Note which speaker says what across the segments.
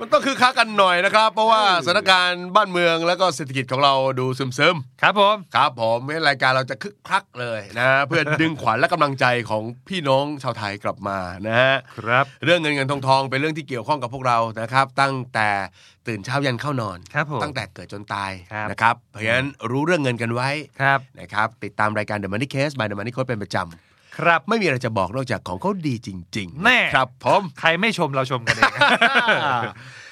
Speaker 1: มันต้องคือค้ากันหน่อยนะครับ เพราะว่าสถานการณ์บ้านเมืองแล้วก็เศรษฐกิจของเราดูซึมซึม
Speaker 2: ครับผม
Speaker 1: ๆครับผมให้รายการเราจะคึกคักเลยนะ เพื่อดึงขวัญและกำลังใจของพี่น้องชาวไทยกลับมานะฮะ
Speaker 2: ครับ
Speaker 1: เรื่องเงินเงินทองทองเป็นเรื่องที่เกี่ยวข้องกับพวกเรานะครับ ตั้งแต่ตื่นเช้ายันเข้านอน
Speaker 2: ครับผม
Speaker 1: ตั้งแต่เกิดจนตาย
Speaker 2: ครับ
Speaker 1: นะครับเพราะฉะนั้นรู้เรื่องเงินกันไว้
Speaker 2: ครับ
Speaker 1: นะครับติดตามรายการ The Money Case by The Money Coach เป็นประจ
Speaker 2: ครับ
Speaker 1: ำไม่มีอะไรจะบอกนอกจากของเขาดีจริงๆ
Speaker 2: แน่
Speaker 1: ครับผม
Speaker 2: ใครไม่ชมเราชมกัน เอง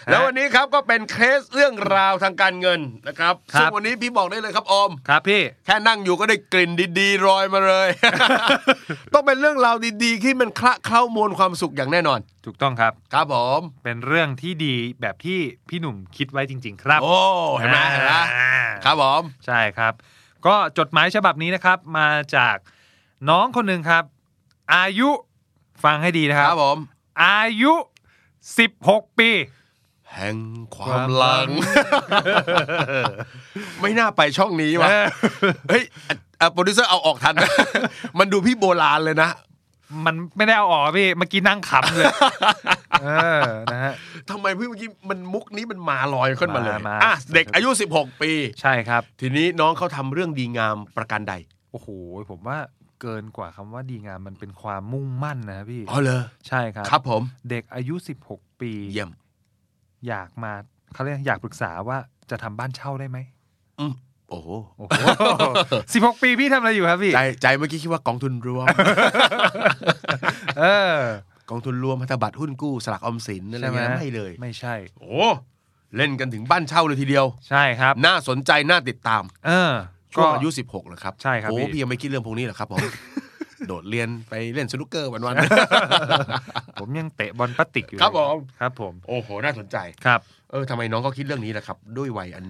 Speaker 1: แล้ววันนี้ครับก็เป็นเคสเรื่องราวทางการเงินนะครับ
Speaker 2: ครับ
Speaker 1: ซึ่งวันนี้พี่บอกได้เลยครับออม
Speaker 2: ครับพี่
Speaker 1: แค่นั่งอยู่ก็ได้กลิ่นดีๆรอยมา เลย ต้องเป็นเรื่องราวดีๆ ที่มันคละเคล้ามวลความสุขอย่างแน่นอน
Speaker 2: ถูกต้องครับ
Speaker 1: ครับผม
Speaker 2: เป็นเรื่องที่ดีแบบที่พี่หนุ่มคิดไว้จริง ๆ ครับ
Speaker 1: โอ้เห็นไหมเห็นไหม
Speaker 2: อ่า
Speaker 1: ครับผม
Speaker 2: ใช่ครับ ก็จดหมายฉบับนี้นะครับ มาจากน้องคนหนึ่งครับ อายุฟังให้ดีนะ
Speaker 1: ค
Speaker 2: ครั
Speaker 1: รับ บผม
Speaker 2: อายุ 16 ปี
Speaker 1: แห่งความหลัง ไม่น่าไปช่องนี้วะ
Speaker 2: เออ
Speaker 1: เฮ้ยอ่ะอ่ะโปรดิวเซอร์เอาออกทันไหม มันดูพี่โบราณเลยนะ
Speaker 2: มันไม่ได้เอาออกพี่เมื่อกี้นั่งขำเลย เออนะฮะ
Speaker 1: ทำไมพี่เมื่อกี้มันมุกนี้มันมาลอยขึ้นมาเลย
Speaker 2: มามา
Speaker 1: อ่ะเด็กอายุ 16 ปี
Speaker 2: ใช่ครับ
Speaker 1: ทีนี้น้องเขาทำเรื่องดีงามประการใด
Speaker 2: โอ้โห ผมว่าเกินกว่าคำว่าดีงามมันเป็นความมุ่งมั่นนะพี่
Speaker 1: อ๋อเหรอ
Speaker 2: ใช่ครับ
Speaker 1: ครับผม
Speaker 2: เด็กอายุ 16 ปี
Speaker 1: เยี่ยม
Speaker 2: อยากมาเขาเรียกอยากปรึกษาว่าจะทำบ้านเช่าได้ไหม
Speaker 1: อืมโอ้โห
Speaker 2: โอ้โห 16 ปีพี่ทำอะไรอยู่ครับพี่
Speaker 1: ใจใจเมื่อกี้คิดว่ากองทุนร วม
Speaker 2: เออ
Speaker 1: กองทุนรวมพันธบัตรหุ้นกู้สลากออมสินอะไร
Speaker 2: ใช่ไหม
Speaker 1: เงี้ยไม่เลย
Speaker 2: ไม่ใช่
Speaker 1: โอ้เล่นกันถึงบ้านเช่าเลยทีเดียว
Speaker 2: ใช่ครับ
Speaker 1: น่าสนใจน่าติดตาม
Speaker 2: เออ
Speaker 1: ช่วงอายุ 16เหรอครับ
Speaker 2: ใช่ครับ
Speaker 1: โอ้
Speaker 2: พี่
Speaker 1: พี่ยังไม่คิดเรื่องพวกนี้เหรอครับ ผม โดดเรียนไปเล่นสนุกเกอร์วัน
Speaker 2: ผมยังเตะบอลพลาสติกอยู่เลย
Speaker 1: ครับผม
Speaker 2: ครับผม
Speaker 1: ๆโอ้โหน่าสนใจ
Speaker 2: ครับ
Speaker 1: เออทำไมน้องเขาคิดเรื่องนี้ล่ะครับ ด้วยวัยอัน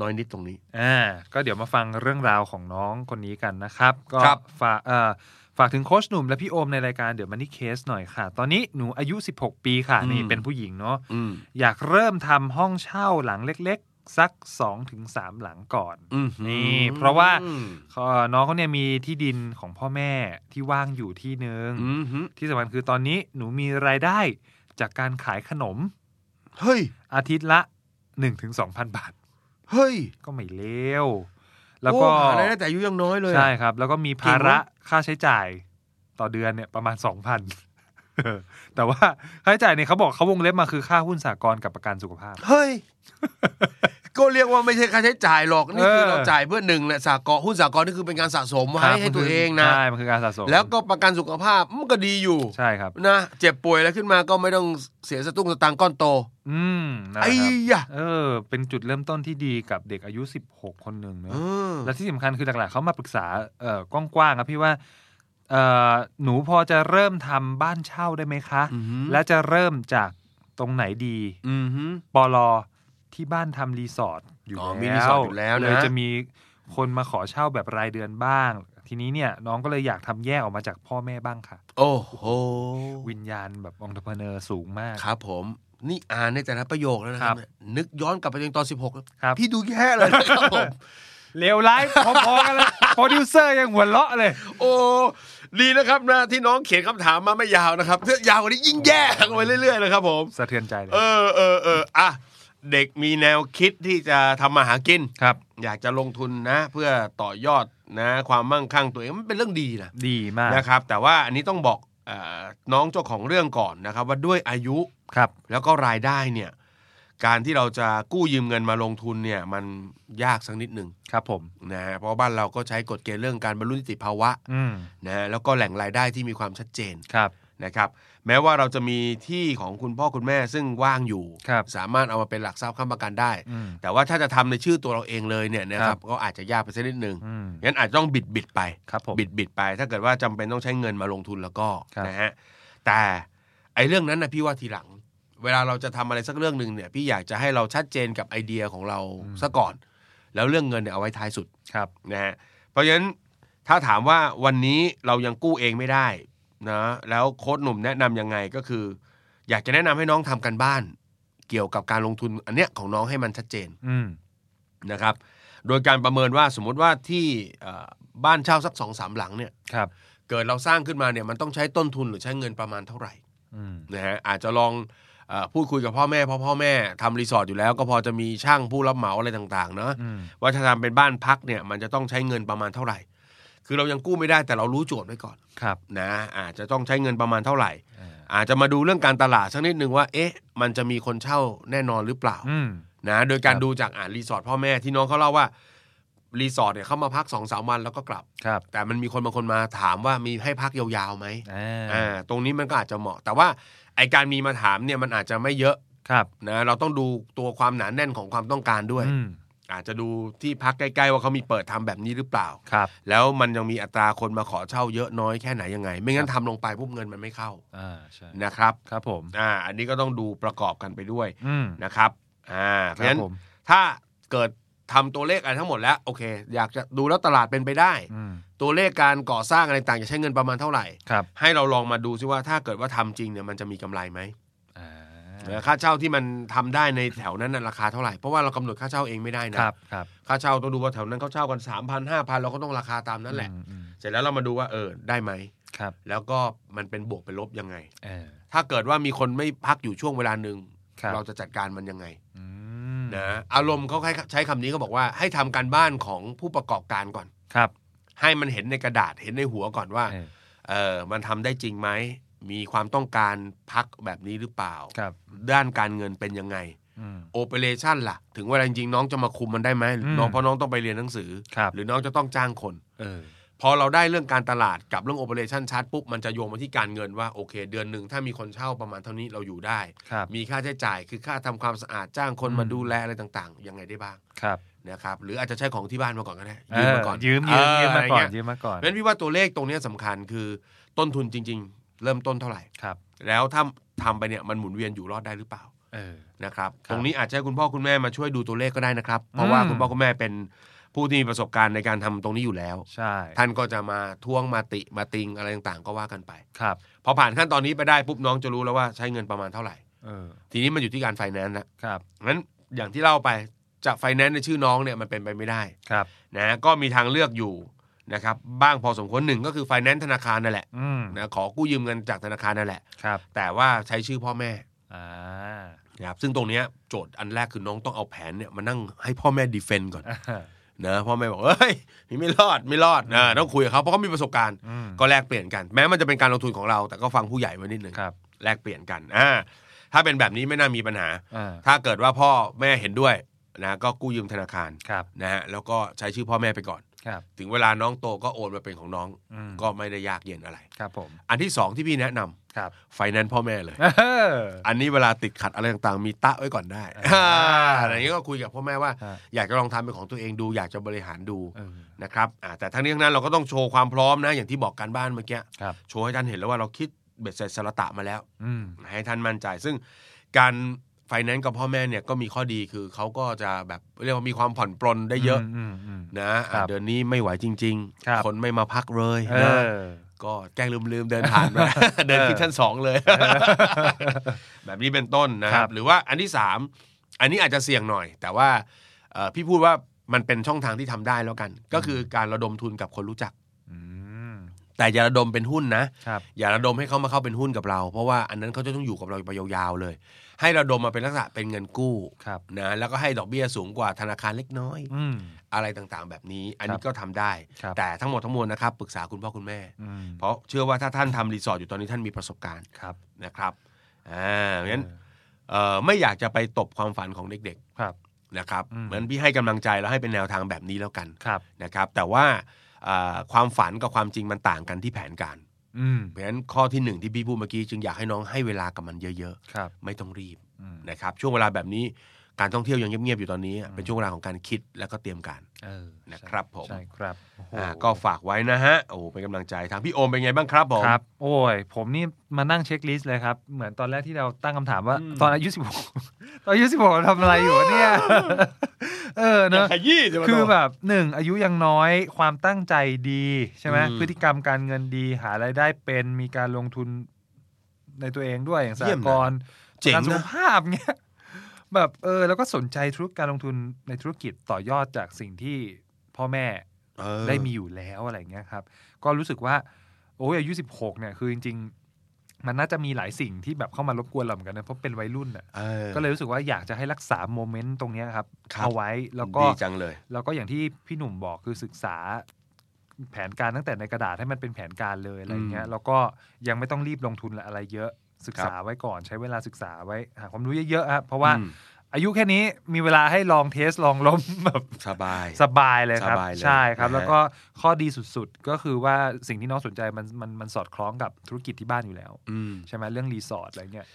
Speaker 1: น้อยนิดตรงนี้
Speaker 2: อ่าก็เดี๋ยวมาฟังเรื่องราวของน้องคนนี้กันนะครับ ก็
Speaker 1: ครับ
Speaker 2: ฝากเอ่อฝากถึงโคชหนุ่มและพี่โอมในรายการเดี๋ยวมันนี่เคสหน่อยค่ะ ตอนนี้หนูอายุ 16 ปีค่ะ นี่เป็นผู้หญิงเนาะ
Speaker 1: อืม
Speaker 2: อยากเริ่มทำห้องเช่าหลังเล็กๆ สัก 2-3 หลังก่อน
Speaker 1: อืม
Speaker 2: นี่เพราะว่าเขาน้องเขาเนี่ยมีที่ดินของพ่อแม่ที่ว่างอยู่ที่หนึ่ง
Speaker 1: อืมฮึ
Speaker 2: ที่สำคัญคือตอนนี้หนูมีรายได้จากการขายขนม
Speaker 1: เฮ้ย
Speaker 2: อาทิตย์ละ 1-2,000 บาท
Speaker 1: เฮ้ย
Speaker 2: ก็ไม่เลวแล้วก็
Speaker 1: โอ้หาอะไรายได้แต่อายุยังน้อยเลยอะ
Speaker 2: ใช่ครับ แล้วก็มีภา
Speaker 1: เก่ง
Speaker 2: ระ
Speaker 1: วะ
Speaker 2: ค่าใช้จ่ายต่อเดือนเนี่ย ประมาณ 2,000 แต่ว่าค่าใช้จ่ายเนี่ยเขาบอกเขาวงเล็บมาคือค่าหุ้นสากลกับประกันสุขภาพ
Speaker 1: เฮ้ย ก็เรียกว่าไม่ใช่ค่าใช้จ่ายหรอก นี่คือ
Speaker 2: เออ
Speaker 1: เราจ่ายเพื่อหนึ่งแหละสากลหุ้นสากลนี่คือเป็นการสะสมไว้
Speaker 2: ครับ
Speaker 1: ให้
Speaker 2: มัน
Speaker 1: ตั
Speaker 2: คื
Speaker 1: วเองนะ
Speaker 2: ใช่มันคือการสะสม
Speaker 1: แล้วก็ประกันสุขภาพมันก็ดีอยู่
Speaker 2: ใช่ครับ
Speaker 1: นะ เจ็บป่วยแล้วขึ้นมาก็ไม่ต้องเสียสตุ้งสตางค์ก้อนโต
Speaker 2: อืมนะค
Speaker 1: ไอ้
Speaker 2: รับ
Speaker 1: ยะ
Speaker 2: เออ เป็นจุดเริ่มต้นที่ดีกับเด็กอายุ 16 คนหนึ่งเน
Speaker 1: เอ
Speaker 2: อะ
Speaker 1: อ
Speaker 2: และที่สำคัญคือหลักๆเขามาปรึกษาเอ่อกว้างๆครับพี่ว่าเอ่อหนูพอจะเริ่มทำบ้านเช่าได้ไหมคะ
Speaker 1: อือฮึ
Speaker 2: และจะเริ่มจากตรงไหนดี
Speaker 1: อือฮึ
Speaker 2: ปลอที่บ้านทำรีสอร์ทอยู่
Speaker 1: อ๋
Speaker 2: แล้ว
Speaker 1: อมีรีสอร์ทอยู่แล้วนะ
Speaker 2: เลยจะมีคนมาขอเช่าแบบรายเดือนบ้าง ทีนี้เนี่ยน้องก็เลยอยากทำแยกออกมาจากพ่อแม่บ้างค่ะ
Speaker 1: โอ้โห
Speaker 2: วิญญาณแบบองค์ประเนอสูงมาก
Speaker 1: ครับผม นี่อ่านในแต่ละประโยคแล้วนะครับ
Speaker 2: ครับ
Speaker 1: เนี่ยนึกย้อนกลับไปตอน 16
Speaker 2: ครับ
Speaker 1: พี่ดูแย่เลยนะครับผม
Speaker 2: เลวร้ายพอๆกันเลยโปรดิวเซอร์ยังหัวเราะเลย
Speaker 1: โอ้ดีนะครับนะที่น้องเขียนคำถามมาไม่ยาวนะครับถ้ายาวกว่านี้ยิ่งแย่ลงไปเรื่อยๆนะครับผม
Speaker 2: สะเทือนใจเลย
Speaker 1: เออเออเอออ่ะเด็กมีแนวคิดที่จะทำมาหากิน
Speaker 2: ครับ
Speaker 1: อยากจะลงทุนนะ เพื่อต่อยอดนะ ความมั่งคั่งตัวเองมันเป็นเรื่องดีนะ
Speaker 2: ดีมาก
Speaker 1: นะครับ แต่ว่าอันนี้ต้องบอกเอ่อน้องเจ้าของเรื่องก่อนนะครับ ว่าด้วยอายุ
Speaker 2: ครับ
Speaker 1: แล้วก็รายได้เนี่ย การที่เราจะกู้ยืมเงินมาลงทุนเนี่ย มันยากสักนิดหนึ่ง
Speaker 2: ครับผม
Speaker 1: นะเพราะบ้านเราก็ใช้กฎเกณฑ์เรื่องการบรรลุนิติภาวะ
Speaker 2: อืม
Speaker 1: นะฮะแล้วก็แหล่งรายได้ที่มีความชัดเจน
Speaker 2: ครับ
Speaker 1: นะครับ แม้ว่าเราจะมีที่ของคุณพ่อคุณแม่ซึ่งว่างอยู่
Speaker 2: ครับ
Speaker 1: สามารถเอามาเป็นหลักทรัพย์ค้ำประกันได้
Speaker 2: อืม
Speaker 1: แต่ว่าถ้าจะทำในชื่อตัวเราเองเลยเนี่ยนะค
Speaker 2: ครั
Speaker 1: รับ บก็อาจจะยากไปสักนิดนึง
Speaker 2: อืม
Speaker 1: งั้นอาจจะต้องบิดบิดไป
Speaker 2: ครับผม
Speaker 1: บิดบิดไป ถ้าเกิดว่าจำเป็นต้องใช้เงินมาลงทุนแล้วก็
Speaker 2: ครับ
Speaker 1: นะฮะแต่ไอ้เรื่องนั้นนะพี่ว่าทีหลัง เวลาเราจะทำอะไรสักเรื่องหนึ่งเนี่ยพี่อยากจะให้เราชัดเจนกับไอเดียของเราซะก่อน แล้วเรื่องเงินเนี่ยเอาไว้ท้ายสุด
Speaker 2: ครับ
Speaker 1: นะฮะเพราะฉะนั้นถ้าถามว่าวันนี้เรายังกู้เองไม่ได้นะแล้วโค้ชหนุ่มแนะนำยังไงก็คือ อยากจะแนะนำให้น้องทำกันบ้าน เกี่ยวกับการลงทุนอันเนี้ยของน้องให้มันชัดเจน
Speaker 2: อืม
Speaker 1: นะครับ โดยการประเมินว่าสมมุติว่าที่เอ่อบ้านเช่าสักสองสามหลังเนี่ย
Speaker 2: ครับ
Speaker 1: เกิดเราสร้างขึ้นมาเนี่ยมันต้องใช้ต้นทุนหรือใช้เงินประมาณเท่าไหร่
Speaker 2: อืม
Speaker 1: นะฮะอาจจะลองเออพูดคุยกับพ่อแม่เพราะพ่อแม่ทำรีสอร์ทอยู่แล้วก็พอจะมีช่างผู้รับเหมาอะไรต่างๆเนาะ
Speaker 2: อืม
Speaker 1: ว่าถ้าทำเป็นบ้านพักเนี่ยมันจะต้องใช้เงินประมาณเท่าไหร่ คือเรายังกู้ไม่ได้แต่เรารู้โจทย์ไว้ก่อน
Speaker 2: ครับ
Speaker 1: นะอาจจะต้องใช้เงินประมาณเท่าไหร่
Speaker 2: อ่า
Speaker 1: อาจจะมาดูเรื่องการตลาดสักนิดนึงว่า เอ๊ะ มันจะมีคนเช่าแน่นอนหรือเปล่า
Speaker 2: อืม
Speaker 1: นะ โดยการ
Speaker 2: ครับ
Speaker 1: ดูจากอ่ารีสอร์ทพ่อแม่ที่น้องเขาเล่าว่ารีสอร์ทเนี่ยเขามาพักสองสามวันแล้วก็กลับ
Speaker 2: ครับ
Speaker 1: แต่มันมีคนบางคนมาถามว่ามีให้พักยาวๆไหม
Speaker 2: อ่า
Speaker 1: อ่าตรงนี้มันก็อาจจะเหมาะ แต่ว่าไอการมีมาถามเนี่ยมันอาจจะไม่เยอะ
Speaker 2: ครับ
Speaker 1: นะเราต้องดูตัวความหนาแน่นของความต้องการด้วย
Speaker 2: อืม
Speaker 1: อาจจะดูที่พักใกล้ๆ ว่าเขามีเปิดทำแบบนี้หรือเปล่า
Speaker 2: ครับ
Speaker 1: แล้วมันยังมีอัตราคนมาขอเช่าเยอะน้อยแค่ไหนยังไง ไม่งั้นทำลงไปปุ๊บเงินมันไม่เข้า
Speaker 2: อ่าใช่
Speaker 1: นะครับ
Speaker 2: ครับผม
Speaker 1: อ่าอันนี้ก็ต้องดูประกอบกันไปด้วย
Speaker 2: อืม
Speaker 1: นะครับอ่าเพ
Speaker 2: ค
Speaker 1: ราะฉะ
Speaker 2: รับ
Speaker 1: นั้น
Speaker 2: ผม
Speaker 1: ถ้าเกิดทำตัวเลขอะไรทั้งหมดแล้วโอเค อยากจะดูแล้วตลาดเป็นไปได้
Speaker 2: อืม
Speaker 1: ตัวเลขการก่อสร้างอะไรต่างจะใช้เงินประมาณเท่าไหร่
Speaker 2: ครับ
Speaker 1: ให้เราลองมาดูซิว่าถ้าเกิดว่าทำจริงเนี่ยมันจะมีกำไรไหม
Speaker 2: อ่า
Speaker 1: ค่าเช่าที่มันทำได้ในแถวนั้นน่ะราคาเท่าไหร่เพราะว่าเรากำหนดค่าเช่าเองไม่ได้นะ
Speaker 2: ครับครับ
Speaker 1: ค่าเช่าต้องดูว่าแถวนั้นเขาเช่ากัน3 0 0พันห้าพันเราก็ต้องราคาตามนั้นแหละ
Speaker 2: อืมอืม
Speaker 1: เสร็จแล้วเรามาดูว่าเออได้ไหม
Speaker 2: ครับ
Speaker 1: แล้วก็มันเป็นบวกเป็นลบยังไง
Speaker 2: เออ
Speaker 1: ถ้าเกิดว่ามีคนไม่พักอยู่ช่วงเวลาหนึ่ง
Speaker 2: ครับ
Speaker 1: เราจะจัดการมันยังไง
Speaker 2: อืม
Speaker 1: นะอารมณ์เขาใช้คำนี้เขาบอกว่าให้ทำการบ้านของผู้ประกอบการก่อน
Speaker 2: ครับ
Speaker 1: ให้มันเห็นในกระดาษเห็นในหัวก่อนว่า
Speaker 2: เออ
Speaker 1: เออมันทำได้จริงไหมมีความต้องการพักแบบนี้หรือเปล่า
Speaker 2: ครับ
Speaker 1: ด้านการเงินเป็นยังไง
Speaker 2: อืม
Speaker 1: โอเปอเรชันล่ะ ถึงเวลาจริงๆน้องจะมาคุมมันได้ไหม
Speaker 2: อืม
Speaker 1: น้องเพราะน้องต้องไปเรียนหนังสือ
Speaker 2: ครับ
Speaker 1: หรือน้องจะต้องจ้างคน
Speaker 2: เออ
Speaker 1: พอเราได้เรื่องการตลาดกับเรื่องโอ e r a t i o n ชัดปุ๊บ มันจะโยงมาที่การเงินว่า โอเค เดือนหนึ่งถ้ามีคนเช่าประมาณเท่านี้เราอยู่ได้
Speaker 2: ครับ
Speaker 1: มีค่าใช้จ่ายคือค่าทำความสะอาดจ้างคนมา
Speaker 2: อืม
Speaker 1: ดูแลอะไรต่างๆ ยังไงได้บ้าง
Speaker 2: ครับ
Speaker 1: นะครับหรืออาจจะใช้ของที่บ้านมาก่อนก็ได้
Speaker 2: เ
Speaker 1: ยืมมาก่อน
Speaker 2: ยืมยืมยืมมาก่อน
Speaker 1: เะไรเงี้ย
Speaker 2: ยืมมาก่อน
Speaker 1: เพราะฉะนั้นพี่ว่าตัวเลขตรงเนี้ยสำคัญคือต้นทุนจริง ๆ เริ่มต้นเท่าไหร่
Speaker 2: ครับ
Speaker 1: แล้วถ้าทำไปเนี่ยมันหมุนเวียนอยู่รอดได้หรือเปล่า
Speaker 2: เออ
Speaker 1: นะครับ
Speaker 2: ครับ
Speaker 1: ตรงนี้อาจจะให้คุณพ่อคุณแม่มาช่วยดูตัวเลขก็ได้นะครับเพราะว่า
Speaker 2: อืม
Speaker 1: คุณพ่อคุณแม่เป็นผู้ที่มีประสบการณ์ในการทำตรงนี้อยู่แล้ว
Speaker 2: ใช่
Speaker 1: ท่านก็จะมาท่วงมาติมาติงอะไรต่างๆ ก็ว่ากันไป
Speaker 2: ครับ
Speaker 1: พอผ่านขั้นตอนนี้ไปได้ปุ๊บน้องจะรู้แล้วว่าใช้เงินประมาณเท่าไหร่
Speaker 2: เออ
Speaker 1: ทีนี้มันอยู่ที่การไฟแนนซ์ละ
Speaker 2: ครับ
Speaker 1: งั้นอย่างที่เล่าไปจะไฟแนนซ์ในชื่อน้องเนี่ยมันเป็นไปไม่ได้
Speaker 2: ครับ
Speaker 1: นะก็มีทางเลือกอยู่นะครับบ้างพอสมควรหนึ่งก็คือไฟแนนซ์ธนาคารนั่นแหละ
Speaker 2: อืม
Speaker 1: นะขอกู้ยืมเงินจากธนาคารนั่นแหละ
Speaker 2: ครับ
Speaker 1: แต่ว่าใช้ชื่อพ่อแม่
Speaker 2: อ่า
Speaker 1: นะครับซึ่งตรงเนี้ยโจทย์อันแรกคือน้องต้องเอาแผนเนี่ยมานั่งให้พ่อแม่ดีเฟนต์ก่อนนะพ่อแม่บอกเฮ้ยไม่รอดไม่รอดนะต้องคุยกับเขาเพราะเขามีประสบการณ์
Speaker 2: อืม
Speaker 1: ก็แลกเปลี่ยนกัน แม้มันจะเป็นการลงทุนของเรา แต่ก็ฟังผู้ใหญ่ไว้นิดหนึ่ง
Speaker 2: ครับ
Speaker 1: แลกเปลี่ยนกันอ่าถ้าเป็นแบบนี้ไม่น่ามีปัญหา
Speaker 2: อ่า
Speaker 1: ถ้าเกิดว่าพ่อแม่เห็นด้วยนะก็กู้ยืมธนาคาร
Speaker 2: ครับ
Speaker 1: นะฮะแล้วก็ใช้ชื่อพ่อแม่ไปก่อน
Speaker 2: ครับ
Speaker 1: ถึงเวลาน้องโตก็โอนมาเป็นของน้อง
Speaker 2: อืม
Speaker 1: ก็ไม่ได้ยากเย็นอะไร
Speaker 2: ครับผม
Speaker 1: อันที่สองที่พี่แนะนำ
Speaker 2: ครับ
Speaker 1: ไฟแนนซ์พ่อแม่เลย
Speaker 2: เออ
Speaker 1: อันนี้เวลาติดขัดอะไรต่างๆมีตะไว้ก่อนได้
Speaker 2: อ่า
Speaker 1: อะไรอย่างนี้ยก็คุยกับพ่อแม่ว่า
Speaker 2: ฮะ
Speaker 1: อยากจะลองทำเป็นของตัวเองดู อยากจะบริหารดู
Speaker 2: เออ
Speaker 1: นะครับอ่าแต่ทั้งนี้ทั้งนั้นเราก็ต้องโชว์ความพร้อมนะอย่างที่บอกการบ้านเมื่อกี้
Speaker 2: ครับ
Speaker 1: โชว์ให้ท่านเห็นแล้วว่าเราคิดเบ็ดเสร็จสระตะมาแล้ว
Speaker 2: อืม
Speaker 1: ให้ท่านมั่นใจ ซึ่งการไฟแนนซ์กับพ่อแม่เนี่ยก็มีข้อดีคือเขาก็จะแบบเรียกว่ามีความผ่อนปลนได้เยอะ
Speaker 2: มอืม
Speaker 1: นะ
Speaker 2: ครั
Speaker 1: อ่ะ
Speaker 2: บ
Speaker 1: เดือนนี้ไม่ไหวจริง
Speaker 2: ครับ
Speaker 1: คนไม่มาพักเลย
Speaker 2: เอ
Speaker 1: นะ
Speaker 2: อ
Speaker 1: ก็แกล้งลืมๆเดินผ่าน มาเดินขึ้นชั้นสองเลย แบบนี้เป็นต้นนะค
Speaker 2: ครั
Speaker 1: รับ
Speaker 2: บ
Speaker 1: หรือว่าอันที่สามอันนี้อาจจะเสี่ยงหน่อย แต่ว่าเอ่อพี่พูดว่ามันเป็นช่องทางที่ทำได้แล้วกัน ก็คือการระดมทุนกับคนรู้จัก
Speaker 2: อืม
Speaker 1: แต่อย่าระดมเป็นหุ้นนะ
Speaker 2: ครับ
Speaker 1: อย่าระดมให้เขามาเข้าเป็นหุ้นกับเรา เพราะว่าอันนั้นเขาจะต้องอยู่กับเราไปยาวๆเลย ให้ระดมมาเป็นลักษณะเป็นเงินกู้
Speaker 2: ครับ
Speaker 1: นะแล้วก็ให้ดอกเบี้ยสูงกว่าธนาคารเล็กน้อย
Speaker 2: อืม
Speaker 1: อะไรต่างๆ แบบนี้ อันนี้
Speaker 2: ครับ
Speaker 1: ก็ทำได้
Speaker 2: ครับ
Speaker 1: แต่ทั้งหมดทั้งมวลนะครับปรึกษาคุณพ่อคุณแม่
Speaker 2: อืม
Speaker 1: เพราะเชื่อว่าถ้าท่านทำรีสอร์ทอยู่ตอนนี้ท่านมีประสบการณ์
Speaker 2: ครับ
Speaker 1: นะครับอ่าเพราะฉะนั้น
Speaker 2: เออ
Speaker 1: เอ่อไม่อยากจะไปตบความฝันของเด็ก
Speaker 2: ครับ
Speaker 1: ๆนะครับ
Speaker 2: อืม
Speaker 1: เหมือนพี่ให้กำลังใจแล้วให้เป็นแนวทางแบบนี้แล้วกัน
Speaker 2: ครับ
Speaker 1: นะครับ แต่ว่าเอ่อความฝันกับความจริงมันต่างกันที่แผนการ
Speaker 2: อืม
Speaker 1: เพราะฉะนั้นข้อที่หนึ่งที่พี่พูดเมื่อกี้จึงอยากให้น้องให้เวลากับมันเยอะ
Speaker 2: ครับ
Speaker 1: ๆ ไม่ต้องรีบ
Speaker 2: อืม
Speaker 1: นะครับ ช่วงเวลาแบบนี้ การท่องเที่ยวยังเงียบๆอยู่ตอนนี้อะเป็นช่วงเวลาของการคิดแล้วก็เตรียมการ
Speaker 2: เออ
Speaker 1: นะครับผม
Speaker 2: ใช่ครับโอ้โห
Speaker 1: อ่าก็ฝากไว้นะฮะโอ้โหเป็นกำลังใจทางพี่โอมเป็นไงบ้างครับผม
Speaker 2: ครับ โอ้ย ผมนี่มานั่งเช็คลิสต์เลยครับ เหมือนตอนแรกที่เราตั้งคำถามว่า
Speaker 1: อืม
Speaker 2: ตอนอายุ 16 ตอนอายุ 16เราทำอะไรอยู่วะเนี่ย เออเนอะ
Speaker 1: ขยี้จะมา
Speaker 2: คือ
Speaker 1: ต่
Speaker 2: แบบหนึ่งอายุยังน้อยความตั้งใจดีใช่ไหม
Speaker 1: อืม
Speaker 2: พฤติกรรมการเงินดีหารายได้เป็นมีการลงทุนในตัวเองด้วยอย่างส
Speaker 1: เยี่
Speaker 2: ห
Speaker 1: ยมนะ
Speaker 2: กรณ์
Speaker 1: เจ๋ง
Speaker 2: ป
Speaker 1: นะ
Speaker 2: ระกันสุขภาพเงี้ย แบบเออแล้วก็สนใจธุรกิจการลงทุนในธุรกิจต่อยอดจากสิ่งที่พ่อแม่
Speaker 1: เออ
Speaker 2: ได้มีอยู่แล้วอะไรเงี้ยครับ ก็รู้สึกว่า โอ้ยอายุสิบหกเนี่ยคือจริง ๆ มันน่าจะมีหลายสิ่งที่แบบเข้ามารบกวนเราเหมือนกันนะเพราะเป็นวัยรุ่นอ่ะ
Speaker 1: เออ
Speaker 2: ก็เลยรู้สึกว่าอยากจะให้รักษาโมเมนต์ตรงเนี้ยครับ
Speaker 1: ครับ
Speaker 2: เอาไว้แล้วก็
Speaker 1: ดีจังเลย
Speaker 2: แล้วก็อย่างที่พี่หนุ่มบอกคือศึกษาแผนการตั้งแต่ในกระดาษให้มันเป็นแผนการเลยอะไรอย่างเงี้ย
Speaker 1: อืม
Speaker 2: แล้วก็ยังไม่ต้องรีบลงทุนอะไรเยอะศึกษาไว้ก่อนใช้เวลาศึกษาไว้หาความรู้เยอะๆครับเพราะว่า
Speaker 1: อืม
Speaker 2: อายุแค่นี้มีเวลาให้ลองเทสลองล้ม แบบ
Speaker 1: สบาย
Speaker 2: สบายเลยครับ
Speaker 1: สบายเลย
Speaker 2: ใช่ครับ
Speaker 1: นะฮะ
Speaker 2: แล้วก็ข้อดีสุดๆ ก็คือว่าสิ่งที่น้องสนใจมันมันมันสอดคล้องกับธุรกิจที่บ้านอยู่แล้ว
Speaker 1: อืม
Speaker 2: ใช่ไหมเรื่องรีสอร์ทอะไรเงี้ย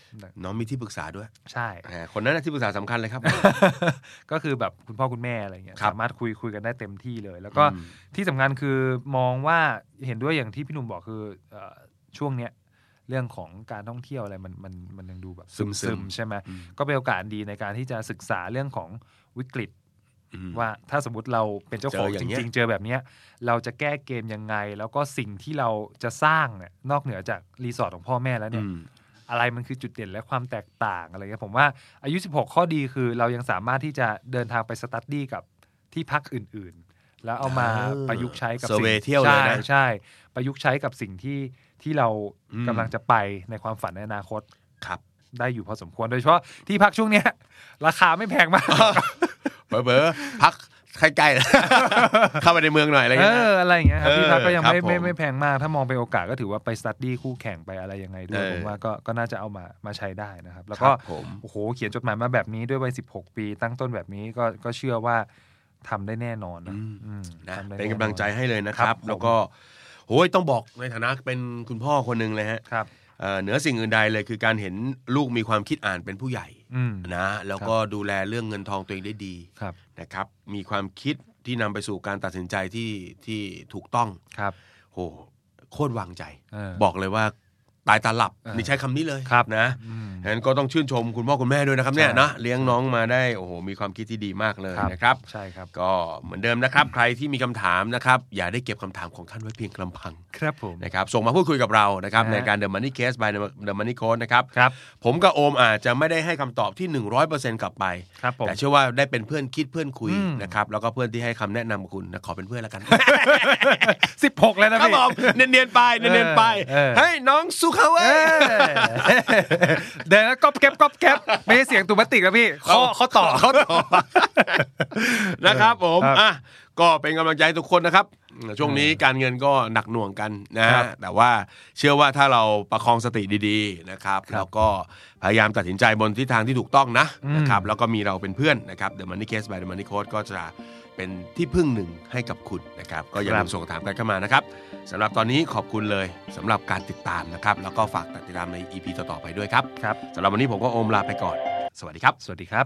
Speaker 1: น้องมีที่ปรึกษาด้วย
Speaker 2: ใช่
Speaker 1: อ่าคนนั้นนะที่ปรึกษาสำคัญเลยครับ
Speaker 2: ก็คือแบบคุณพ่อคุณแม่อะไรเงี้ย
Speaker 1: ครับ
Speaker 2: สามารถคุยคุยกันได้เต็มที่เลย แล้วก็
Speaker 1: อืม
Speaker 2: ที่สำคัญคือมองว่าเห็นด้วยอย่างที่พี่หนุ่มบอกคือเอ่อช่วงเนี้ยเรื่องของการท่องเที่ยวอะไรมันมันมันยังดูแบบ
Speaker 1: ซึมซึม
Speaker 2: มๆใช่ไหม
Speaker 1: อืม
Speaker 2: ก็เป็นโอกาสดีในการที่จะศึกษาเรื่องของวิกฤต
Speaker 1: อืม
Speaker 2: ว่าถ้าสมมติเราเป็นเจ้าของ
Speaker 1: เจออ
Speaker 2: จ
Speaker 1: ย่างเงี้ย
Speaker 2: ริง ๆ เจอแบบเนี้ยเราจะแก้เกมยังไง แล้วก็สิ่งที่เราจะสร้างเนี่ยนอกเหนือจากรีสอร์ทของพ่อแม่แล้วเนี่ย
Speaker 1: อืม
Speaker 2: อะไรมันคือจุดเด่นและความแตกต่างอะไรเงี้ยผมว่าอายุ 16 ข้อดีคือเรายังสามารถที่จะเดินทางไปสตัดดี้กับที่พักอื่นๆ แล้วเอามา
Speaker 1: อ่า
Speaker 2: ประยุกต์ใช้กับง
Speaker 1: survey เที่ยวเลยนะ
Speaker 2: ใช่ใช่ประยุกต์ใช้กับสิ่งที่ที่เรา
Speaker 1: อืม
Speaker 2: กำลังจะไปในความฝันในอนาคต
Speaker 1: ครับ
Speaker 2: ได้อยู่พอสมควรโดยเฉพาะที่พักช่วงเนี้ย ราคาไม่แพงมาก
Speaker 1: เบอเบอพักใกล้ๆ เข้าไปในเมืองหน่อยอะไรอย่าง
Speaker 2: เอ
Speaker 1: เงี้ยนะ
Speaker 2: ออะไรอย่างเงี้ยครับ
Speaker 1: เออ
Speaker 2: ที่พักก็ยังไม่
Speaker 1: ครับผม
Speaker 2: ไม่ไม่แพงมาก ถ้ามองเป็นโอกาสก็ถือว่าไปสตัดดี้คู่แข่งไปอะไรยังไงด้วย
Speaker 1: เออ
Speaker 2: ผมว่าก็ก็น่าจะเอามามาใช้ได้นะครับ แล้ว
Speaker 1: ค
Speaker 2: ก็
Speaker 1: รับผม
Speaker 2: โอ้โห เขียนจดหมายมาแบบนี้ด้วยวัย 16 ปี ตั้งต้นแบบนี้ก็ก็เชื่อว่าทำได้แน่นอนนะอืม
Speaker 1: นะ
Speaker 2: ทำได้
Speaker 1: เป็
Speaker 2: แอก
Speaker 1: นำลังใจให้เลยนะค
Speaker 2: ค
Speaker 1: รั
Speaker 2: รับ บ
Speaker 1: แล้วก็โอ้ยต้องบอกในฐานะเป็นคุณพ่อคนหนึ่งเลยฮะ
Speaker 2: ครับ
Speaker 1: เอ่อเหนือสิ่งอื่นใดเลยคือการเห็นลูกมีความคิดอ่านเป็นผู้ใหญ่
Speaker 2: อืม
Speaker 1: นะแล้วก็ดูแลเรื่องเงินทองตัวเองได้ดี
Speaker 2: ครับ
Speaker 1: นะครับมีความคิดที่นำไปสู่การตัดสินใจที่ที่ถูกต้อง
Speaker 2: ครับ
Speaker 1: โหโคตรวางใจ
Speaker 2: เออ
Speaker 1: บอกเลยว่าตายตาหลับ
Speaker 2: เออ
Speaker 1: นี่ใช้คำนี้เลย
Speaker 2: ครับ
Speaker 1: นะ
Speaker 2: อืม
Speaker 1: ฉะนั้นก็ต้องชื่นชมคุณพ่อคุณแม่ด้วยนะครับเนี่ย
Speaker 2: ใช่
Speaker 1: นะเลี้ยงน้องมาได้โอ้โหมีความคิดที่ดีมากเลยนะครับ
Speaker 2: ใช่ครับ
Speaker 1: ก็เหมือนเดิมนะครับ ใครที่มีคำถามนะครับ อย่าได้เก็บคำถามของท่านไว้เพียงลำพัง
Speaker 2: ครับผม
Speaker 1: นะครับส่งมาพูดคุยกับเรานะครับ
Speaker 2: นะฮะ
Speaker 1: ในการ The Money Case by The Money Code นะครับ
Speaker 2: ครับ
Speaker 1: ผมกับโอมอาจจะไม่ได้ให้คำตอบที่ 100%กลับไป
Speaker 2: ครับผม
Speaker 1: แต่เชื่อว่าได้เป็นเพื่อนคิดเพื่อนคุย
Speaker 2: อืม
Speaker 1: นะครับแล้วก็เพื่อนที่ให้คำแนะนำกับคุณนะขอเป็นเพื่อนแล้วกัน
Speaker 2: 16 แล้วนะครับ พี่
Speaker 1: ผมเนียนๆไปเนียนๆไป
Speaker 2: เออ
Speaker 1: เฮ้ยน้องสู้เขาเว้
Speaker 2: เอย อเดี๋ยวนะก๊อบแก๊บก๊อบแก๊บไม่ใช่เสียงตุมติกนะพี่เขา
Speaker 1: ครับ
Speaker 2: เขาต่อ
Speaker 1: เขาต่อ นะครับผม
Speaker 2: ครับ
Speaker 1: อ่ะก็เป็นกำลังใจทุกคนนะครับ ช่วงนี้การเงินก็หนักหน่วงกันนะครับ แต่ว่าเชื่อว่าถ้าเราประคองสติดีๆนะครับ
Speaker 2: ครับ
Speaker 1: แล้วก็พยายามตัดสินใจบนทิศทางที่ถูกต้องนะ
Speaker 2: อืม
Speaker 1: นะครับแล้วก็มีเราเป็นเพื่อนนะครับ The Money Case by The Money Code ก็จะเป็นที่พึ่งหนึ่งให้กับคุณนะครับ ก็อย่าลืมส่งคำถามกันเข้ามานะครับสำหรับตอนนี้ขอบคุณเลยสำหรับการติดตามนะครับ แล้วก็ฝากติดตามใน EP ต่อๆไปด้วยครับ
Speaker 2: ครับ
Speaker 1: สำหรับวันนี้ผมก็โอมลาไปก่อน สวัสดีครับ
Speaker 2: สวัสดีครับ